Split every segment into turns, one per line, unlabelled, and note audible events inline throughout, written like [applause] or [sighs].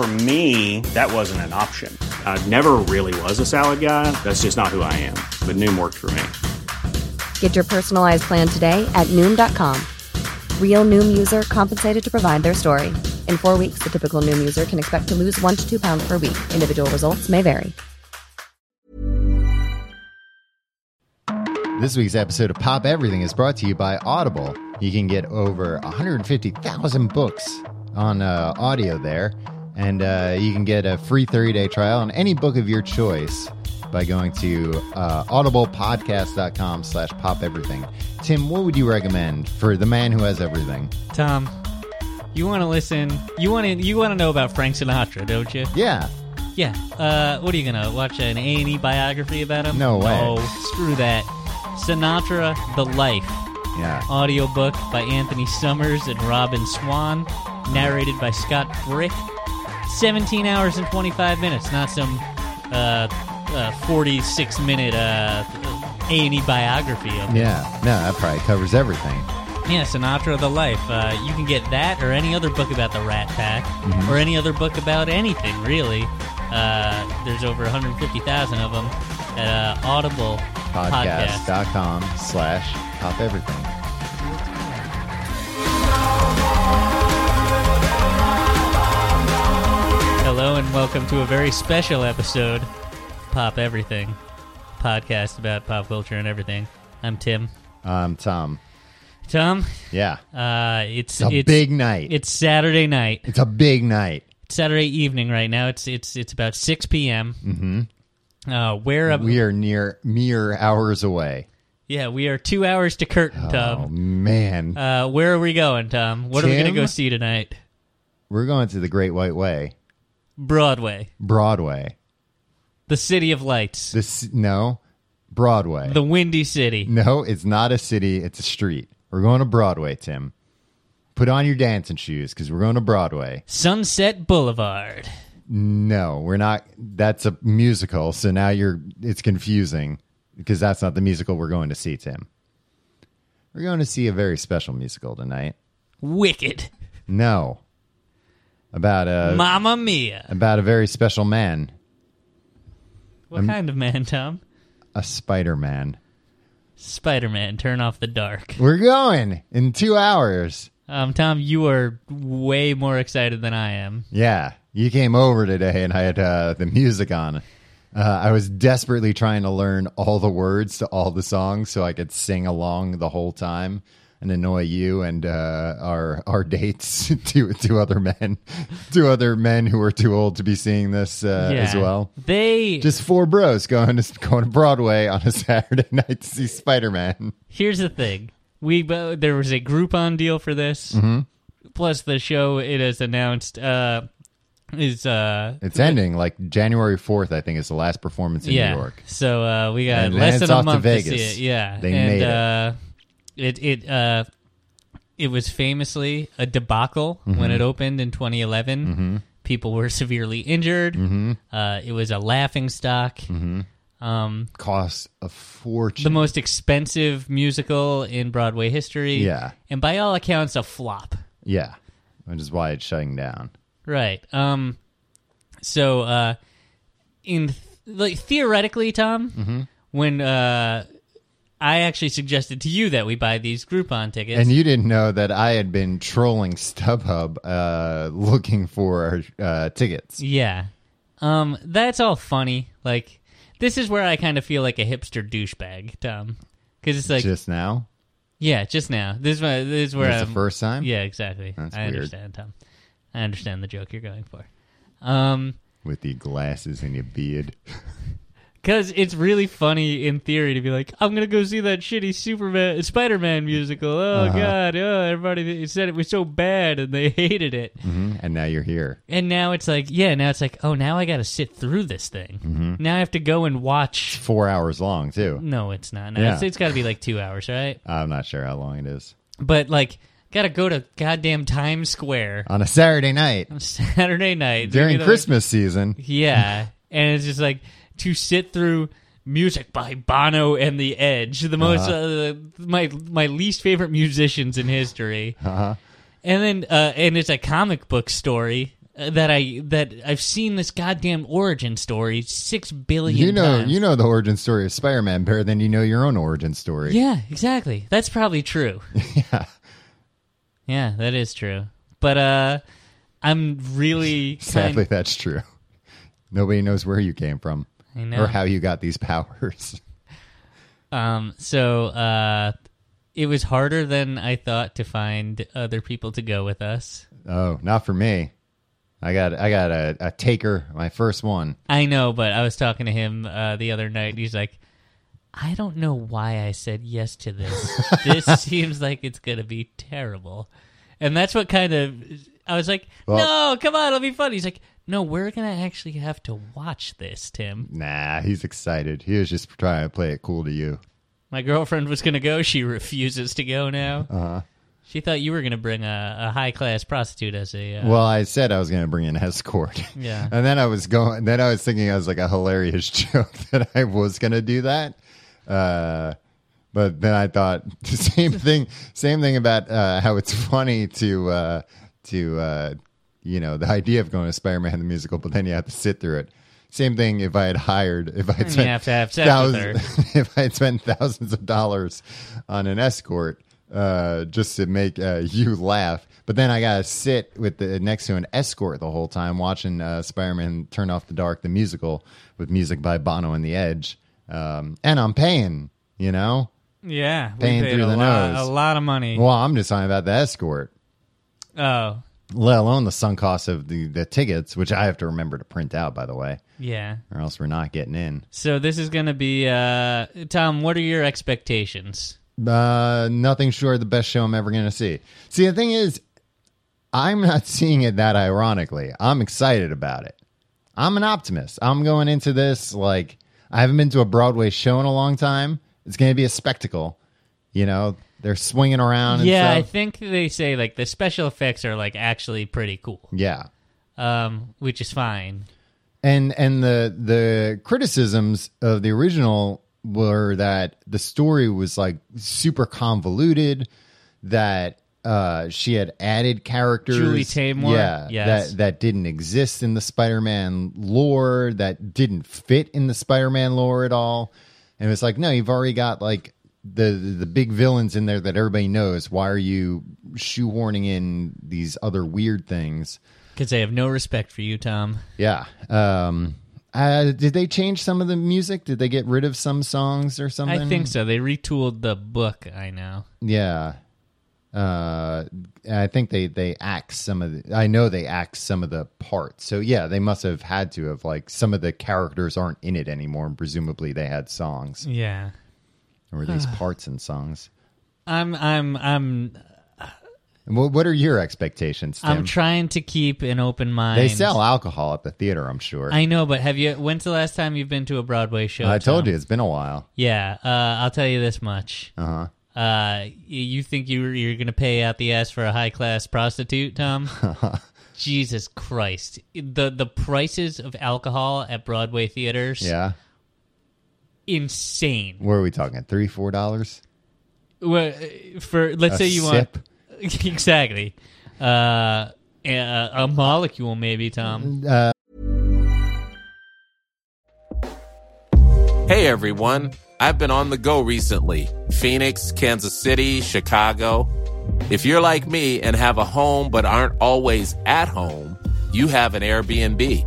For me, that wasn't an option. I never really was a salad guy. That's just not who I am. But Noom worked for me.
Get your personalized plan today at Noom.com. Real Noom user compensated to provide their story. In four weeks, the typical Noom user can expect to lose one to two pounds per week. Individual results may vary.
This week's episode of Pop Everything is brought to you by Audible. You can get over 150,000 books on uh, audio there, and uh, you can get a free 30 day trial on any book of your choice by going to uh, audiblepodcast.com slash pop everything. Tim, what would you recommend for the man who has everything?
Tom, you want to listen? You want to you want to know about Frank Sinatra, don't you?
Yeah.
Yeah. Uh, what are you gonna watch an A and E biography about him?
No way.
No, screw that. Sinatra: The Life,
Yeah.
audiobook by Anthony Summers and Robin Swan, narrated by Scott Brick. Seventeen hours and twenty-five minutes, not some uh, uh, forty-six minute uh, A and E biography of him.
Yeah. No, that probably covers everything.
Yeah, Sinatra the Life. Uh, you can get that or any other book about the Rat Pack or any other book about anything, really. Uh, there's over 150,000 of them at uh, Audible Podcast.
Podcast.com slash pop everything.
Hello, and welcome to a very special episode Pop Everything, podcast about pop culture and everything. I'm Tim.
Um, Tom.
Tom,
Yeah.
uh, it's,
It's a
it's
big night.
It's Saturday night.
It's a big night.
Saturday evening right now. It's it's it's about 6 p.m. Mm-hmm. Uh, where up?
We are near mere hours away.
Yeah, we are two hours to curtain,
Oh
Tom.
man,
Uh, where are we going, Tom? What are we going
Tim?
to go see tonight?
we're going to the Great White Way,
Broadway,
Broadway.
the city of lights,
This no, Broadway.
the windy city.
no, it's not a city. It's a street. We're going to Broadway, Tim. Put on your dancing shoes because we're going to Broadway.
Sunset Boulevard.
No, we're not. That's a musical, so now you're. It's confusing because that's not the musical we're going to see, Tim. We're going to see a very special musical tonight.
Wicked.
No, about uh, a
Mamma Mia.
about a very special man,
What kind of man, Tom?
a Spider Man.
Spider Man, turn off the dark.
We're going in two hours.
Um, Tom, you are way more excited than I am.
Yeah, you came over today and I had uh, the music on. Uh, I was desperately trying to learn all the words to all the songs so I could sing along the whole time and annoy you and uh, our our dates [laughs] to to other men, [laughs] to other men who are too old to be seeing this uh, as
Yeah.
well.
They
Just four bros going to going to Broadway on a [laughs] Saturday night to see Spider Man.
Here's the thing: we bo- there was a Groupon deal for this.
Mm-hmm.
Plus, the show it has announced uh, is uh,
It's ending like January fourth. I think is the last performance in
yeah.
New York.
So uh, we got
And then
less
it's
than a
off to
month to,
Vegas.
see it. Yeah,
They
and,
made it.
Uh, it it uh, it was famously a debacle
Mm-hmm.
when it opened in 2011. People were [laughs] severely injured.
Mm-hmm.
Uh, it was a laughing stock. Um,
Costs a fortune.
the most expensive musical in Broadway history.
Yeah.
And by all accounts, a flop.
Yeah, which is why it's shutting down.
Right. Um. So, uh, in th- like theoretically, Tom,
Mm-hmm.
when uh, I actually suggested to you that we buy these Groupon tickets,
And you didn't know that I had been trolling StubHub uh, looking for uh, tickets.
yeah, um, that's all funny. Like, this is where I kind of feel like a hipster douchebag, Tom, because it's like,
Just now,
yeah, just now. This is where, this is where
That's the
I'm-
first time?
Yeah, exactly.
That's
I
weird.
understand, Tom. I understand the joke you're going for. Um.
with your glasses and your beard.
Because it's really funny in theory to be like, I'm gonna go see that shitty Superman, Spider-Man musical. Oh
Uh-huh.
god, oh, everybody th- said it was so bad and they [laughs] hated it.
Mhm. And now you're here.
And now it's like, yeah, now it's like, oh, now I gotta sit through this thing.
Mm-hmm.
Now I have to go and watch.
Four hours long, too.
No, it's not. No,
Yeah.
it's- it's got to be like two hours, right?
I'm not sure how long it is.
But like, gotta go to goddamn Times Square
On a Saturday night
on Saturday night
during
Maybe they'll-
Christmas season.
Yeah, and it's just like to sit through music by Bono and the Edge, the most
Uh-huh.
uh, my my least favorite musicians in history.
Uh-huh.
And then uh, and it's a comic book story uh, that I that I've seen this goddamn origin story six billion.
You know,
times.
you know the origin story of Spider-Man better than you know your own origin story.
Yeah, exactly. That's
[laughs]
probably true. yeah. Yeah, that is true. But uh I'm really kind
Sadly, that's true. Nobody knows where you came from
I know.
or how you got these powers. [laughs]
Um, so uh, it was harder than I thought to find other people to go with us.
Oh, not for me. I got I got a, a taker, my first one.
I know, but I was talking to him uh, the other night, and he's like, "I don't know why I said yes to this. this seems like it's gonna be terrible." And that's what kind of I was like,
Well-
"No, come on, it'll be fun." He's like, "No, we're gonna actually have to watch this, Tim."
Nah, he's excited. He was just trying to play it cool to you.
My girlfriend was gonna go. She refuses to go now. Uh-huh. She thought you were gonna bring a, a high class prostitute as a uh,
Well, I said I was going to bring an [laughs] escort.
Yeah.
And then I was going, then I was thinking I was like a hilarious [laughs] joke that I was going to do that. Uh, but then I thought [laughs] the
[laughs]
same thing, same thing about uh, how it's funny to, uh, to, uh, you know, the idea of going to Spider Man the musical, but then you have to sit through it. Same thing if I had hired, if I had
Mm, you
spent
have to have sex
[laughs]
with
if I had spent thousands of dollars on an escort uh, just to make uh, you laugh, but then I gotta sit with the next to an escort the whole time watching uh, Spider-Man Turn Off the Dark, the musical with music by Bono and the Edge, um, and I'm paying, you know.
Yeah, we
Paying
paid
through
a
the
lot,
nose.
a lot of money.
Well, I'm just talking about the escort,
Oh,
let alone the sunk cost of the the tickets, which I have to remember to print out, by the way,
yeah.
or else we're not getting in.
So this is going to be uh Tom, what are your expectations?
Uh, nothing short of the best show I'm ever going to see. See, the thing is, I'm not [laughs] seeing it that ironically. I'm excited about it. I'm an optimist. I'm going into this like I haven't been to a Broadway show in a long time. It's going to be a spectacle. You know, they're swinging around. And
Yeah, I
stuff.
think they say like the special effects are like actually pretty cool.
yeah.
Um which is fine.
uh,
Julie Taymor?
yeah
Yes.
that that didn't exist in the spider-man lore that didn't fit in the spider-man lore at all and it's like no you've already got like the the big villains in there that everybody knows why are you shoehorning in these other weird things
Cuz they have no respect for you, Tom.
yeah. Um, uh, did they change some of the music? Did they get rid of some songs or something?
I think so. They retooled the book, I know.
Yeah. Uh, I think they they axed some of the. I know they axed some of the parts. So yeah, they must have had to have like some of the characters aren't in it anymore, and presumably they had songs
Yeah.
or
[sighs]
these parts and songs.
I'm I'm I'm
What what are your expectations, Tim?
I'm trying to keep an open mind.
they sell alcohol at the theater, I'm sure.
I know, but have you when's the last time you've been to a Broadway show?
I told
Tom?
you it's been a while.
Yeah, uh, I'll tell you this much. Uh-huh. you think you you're gonna pay out the ass for a high class prostitute, Tom?
[laughs]
Jesus Christ! the The prices of alcohol at Broadway theaters,
Yeah.
insane.
What are we talking? Three, four dollars?
Well, uh, For let's
A
say you
sip?
want [laughs] exactly uh, a, a molecule, maybe
Mm-hmm.
Tom.
Hey everyone, I've been on the go recently Phoenix, Kansas City, Chicago. If you're like me and have a home but aren't always at home, you have an Airbnb.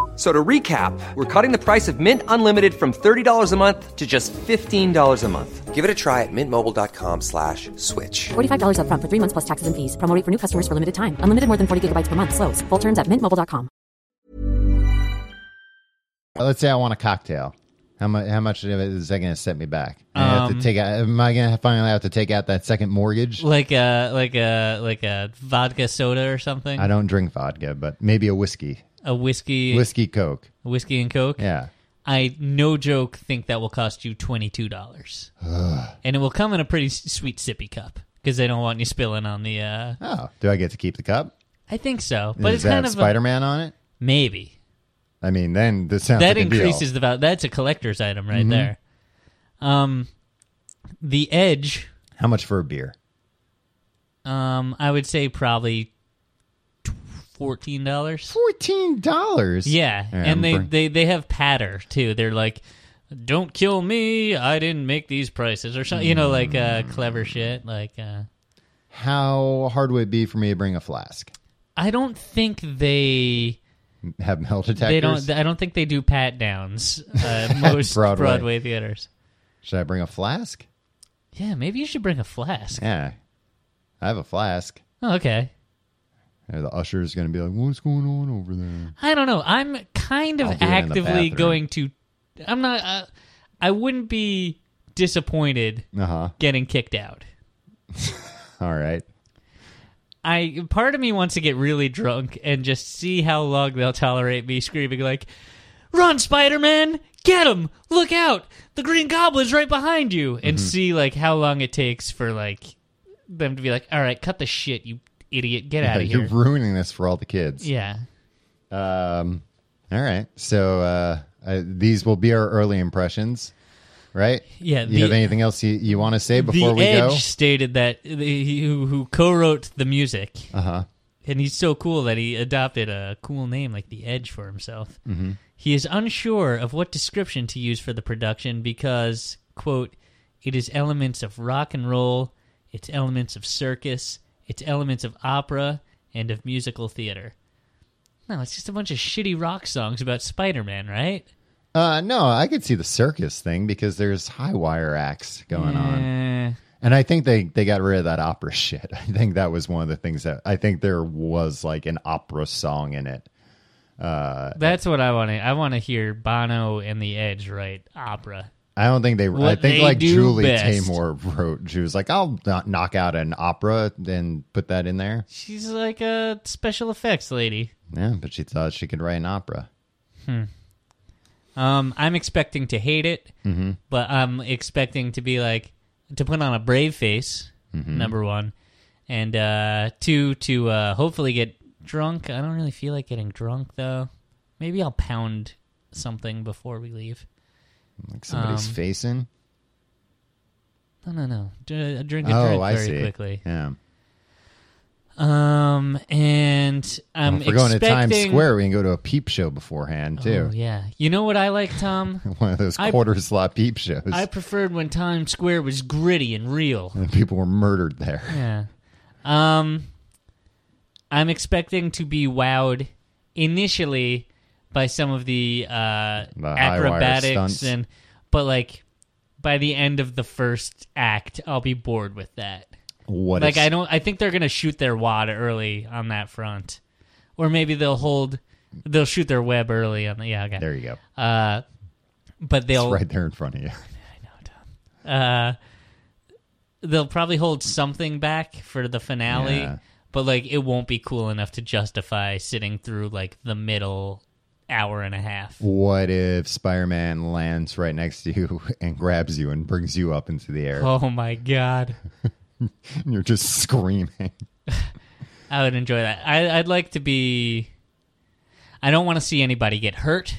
So to recap, we're cutting the price of Mint Unlimited from $30 a month to just $15 a month. Give it a try at mintmobile.com slash switch.
$45 upfront for three months plus taxes and fees. Promo rate for new customers for limited time. Unlimited more than 40 gigabytes per month. Slows. Full terms at mintmobile.com.
Let's say I want a cocktail. How much? How much of it is that going to set me back? I have
Um,
to take out. Am I going to finally have to take out that second mortgage?
Like a like a like a vodka soda or something.
I don't drink vodka, but maybe a whiskey,
A whiskey,
whiskey Coke.
whiskey and coke.
Yeah.
I no joke think that will cost you twenty two dollars, and it will come in a pretty s- sweet sippy cup because they don't want you spilling on the. uh
Oh, do I get to keep the cup?
I think so, but
is
it's
that
kind of a-
Spider Man on it?
maybe
I mean, then this sounds
that
like a deal. Mm-hmm.
increases the value. That's a collector's item right there. Um, the edge.
How much for a beer?
Um, I would say probably tw- fourteen dollars.
Fourteen dollars.
Yeah, and they, they they have patter too. They're like, "Don't kill me. I didn't make these prices," or something. You know, like uh, clever shit. Like, uh,
How hard would it be for me to bring a flask?
I don't think they
Have metal detectors?
they don't. I don't think they do pat downs.
[laughs]
Uh, most
Broadway.
Broadway. theaters.
Should I bring a flask?
Yeah, maybe you should bring a flask.
Yeah, I have a flask.
Oh, okay.
And the usher is going to be like, "What's going on over there?"
I don't know. I'm kind of
I'll do it in the
actively
bathroom.
going to. I'm not. Uh, I wouldn't be disappointed
Uh huh.
getting kicked out.
All right.
I part of me wants to get really drunk and just see how long they'll tolerate me screaming like, "Run, Spider Man! Get him! Look out! The Green Goblin's right behind you!" And see like how long it takes for like them to be like, "All right, cut the shit, you idiot! Get out of
[laughs] You're
here!"
ruining this for all the kids.
Yeah,
Um. All right. So uh, uh, these will be our early impressions, right?
Yeah,
You
the-
have anything else you, you want to say before
the
we
Edge
go?
stated that he, who, who co-wrote the music, uh-huh. and he's so cool that he adopted a cool name like the Edge for himself. Mm-hmm. He is unsure of what description to use for the production because, quote, it is elements of rock and roll, it's elements of circus, it's elements of opera, and of musical theater. No, it's just a bunch of shitty rock songs about Spider-Man, right?
Uh, no, I could see the circus thing because there's high wire acts going on,
Eh.
and I think they they got rid of that opera [laughs] shit. I think that was one of the things that I think there was like an opera song in it. Uh,
That's what I want to. I want to hear Bono and the Edge write opera.
I don't think they. I
What
think
they
like
do
Julie
best.
Taymor wrote. She was like, "I'll not knock out an opera and put that in there."
She's like a special effects lady.
Yeah, but she thought she could write an opera.
Um, I'm expecting to hate it,
Mm-hmm.
but I'm expecting to be like to put on a brave face.
Mm-hmm.
Number one, and uh, two to uh, hopefully get drunk. I don't really feel like getting drunk though. Maybe I'll pound something before we leave.
Like somebody's
Um,
facing.
No, no, no. D- uh, Drink a
Oh,
drink
I
very
see.
quickly.
Yeah,
Um, and I'm
Oh, if we're going to Times
expecting-
Square, we can go to a peep show beforehand too.
Oh, yeah. You know what I like, Tom?
[laughs] One of those
I-
quarter slot peep shows.
I preferred when Times Square was gritty and real.
and people were murdered there. [laughs]
Yeah. Um I'm expecting to be wowed initially by some of the uh
wire stunts.
acrobatics and but like by the end of the first act I'll be bored with that.
What?
like
if-
I don't I think they're going to shoot their wad early on that front. Or maybe they'll hold they'll shoot their web early on the yeah, okay.
There you go.
Uh but they'll
It's right there in front of you. [laughs]
they'll probably hold something back for the finale,
Yeah.
but like it won't be cool enough to justify sitting through like the middle hour and a half.
What if Spider-Man lands right next to you [laughs] and grabs you and brings you up into the air?
Oh my god.
And you're just screaming.
I would enjoy that. I, I'd like to be. I don't want to see anybody get hurt.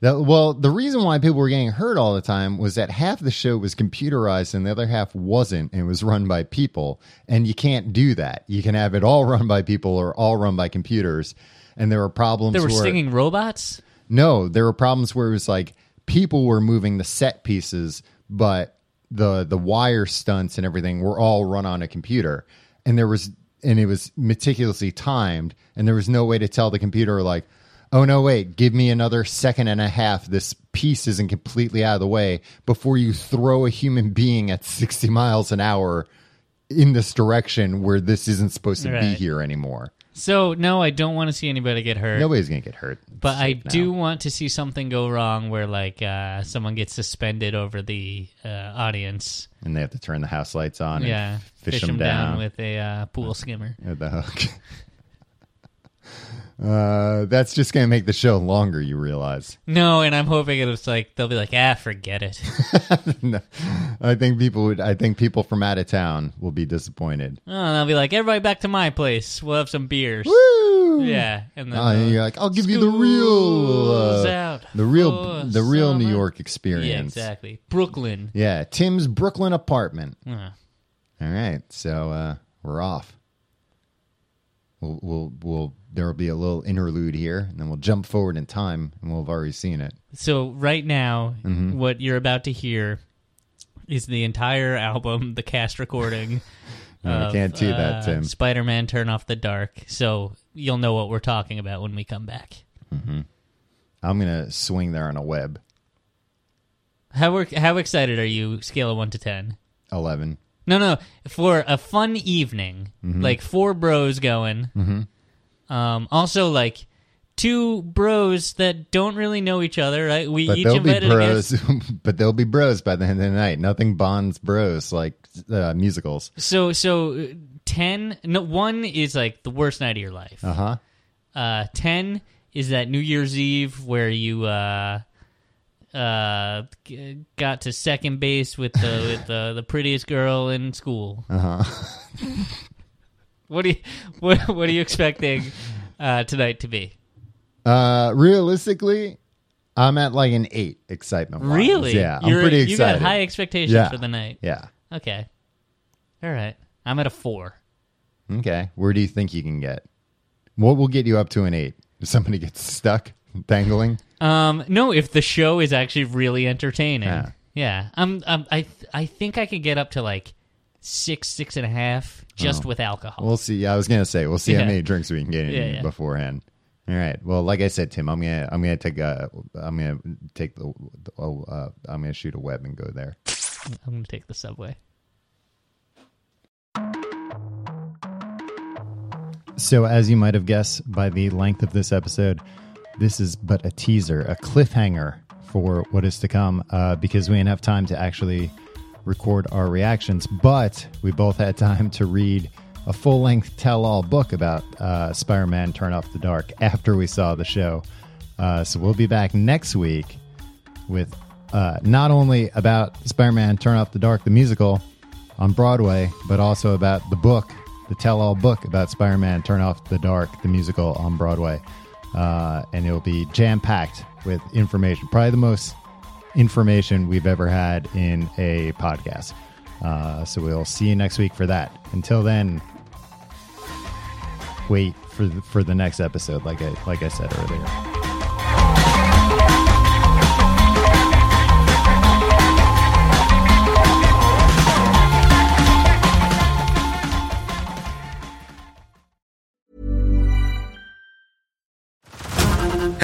The, well, the reason why people were getting hurt all the time was that half the show was computerized and the other half wasn't, and it was run by people. And you can't do that. You can have it all [laughs] run by people or all run by computers. And there were problems.
They were
where,
singing robots.
No, there were problems where it was like people were moving the set pieces, but the the wire stunts and everything were all run on a computer, and there was and it was meticulously timed, and there was no way to tell the computer like, oh no, wait, give me another second and a half. This piece isn't completely out of the way before you throw a human being at sixty miles an hour in this direction where this isn't supposed to be
Right.
here anymore.
So no, I don't want to see anybody get hurt.
Nobody's gonna get hurt.
But I
now.
do want to see something go wrong where like uh, someone gets suspended over the uh, audience.
and they have to turn the house lights on
yeah,
and fish, them down,
with a uh, pool skimmer.
with the hook. [laughs] uh, that's just going to make the show longer, you realize. [laughs]
No, and I'm hoping it was like they'll be like, ah, forget it.
No. I think people would. I think people from out of town will be disappointed.
oh, and I'll be like, everybody back to my place. We'll have some beers.
Woo!
Yeah, and then
Oh, and you're like, I'll give you the real,
School's
uh,
out
the real,
for
the real New
summer.
York
Oh, yeah,
experience.
exactly. Brooklyn.
Yeah, Tim's Brooklyn apartment.
Uh,
All right, so uh, we're off. We'll, we'll, we'll. There will be a little interlude here, and then we'll jump forward in time, and we'll have already seen it.
So right now,
Mm-hmm.
what you're about to hear is the entire album, the
[laughs]
cast recording. uh,
No, we can't do that, Tim.
Spider-Man: Turn Off the Dark. So you'll know what we're talking about when we come back.
I'm gonna swing there on a web.
How er- how excited are you? Scale of one to ten.
Eleven.
No, no, for a fun evening,
Mm-hmm.
like four bros going. Um, also, like two bros that don't really know each other. Right? We
But
each
they'll be
invited a guest.
bros. [laughs] but they'll be bros by the end of the night. Nothing bonds bros like uh, musicals.
So so uh, ten no one is like the worst night of your life.
Uh huh.
Uh ten is that New Year's Eve where you uh uh g- got to second
[laughs]
base with the with the, the prettiest girl in school. Uh-huh. [laughs] what do you what what are you expecting uh tonight to be?
Uh, realistically, I'm at like an eight excitement. wise.
Really?
Yeah, I'm
You're-
pretty excited.
You got high expectations
Yeah.
for the night.
yeah.
Okay. All right. I'm at a 4.
Okay. Where do you think you can get? What will get you up to an eight? If somebody gets stuck dangling?
Um, no, if the show is actually really entertaining,
Yeah.
yeah, I'm, I'm, I, th- I think I could get up to like six, six and a half, just with alcohol.
We'll see. I was gonna say we'll see how
Yeah.
many drinks we can get in
Yeah, yeah.
beforehand. All right. Well, like I said, Tim, I'm gonna I'm gonna take uh I'm gonna take the, the oh, uh, I'm gonna shoot a web and go there.
I'm gonna take the subway.
So, as you might have guessed by the length of this episode, this is but a teaser, a cliffhanger for what is to come, uh, because we didn't have time to actually record our reactions, but we both had time to read a full length tell all book about uh, Spider Man Turn Off the Dark after we saw the show. Uh, so, we'll be back next week with uh, not only about Spider Man Turn Off the Dark, the musical on Broadway, but also about the book, the tell all book about Spider Man Turn Off the Dark, the musical on Broadway. Uh, and it'll be jam packed with information, probably the most information we've ever had in a podcast. Uh, so we'll see you next week for that. Until then, wait for the, for the next episode, like I like I said earlier.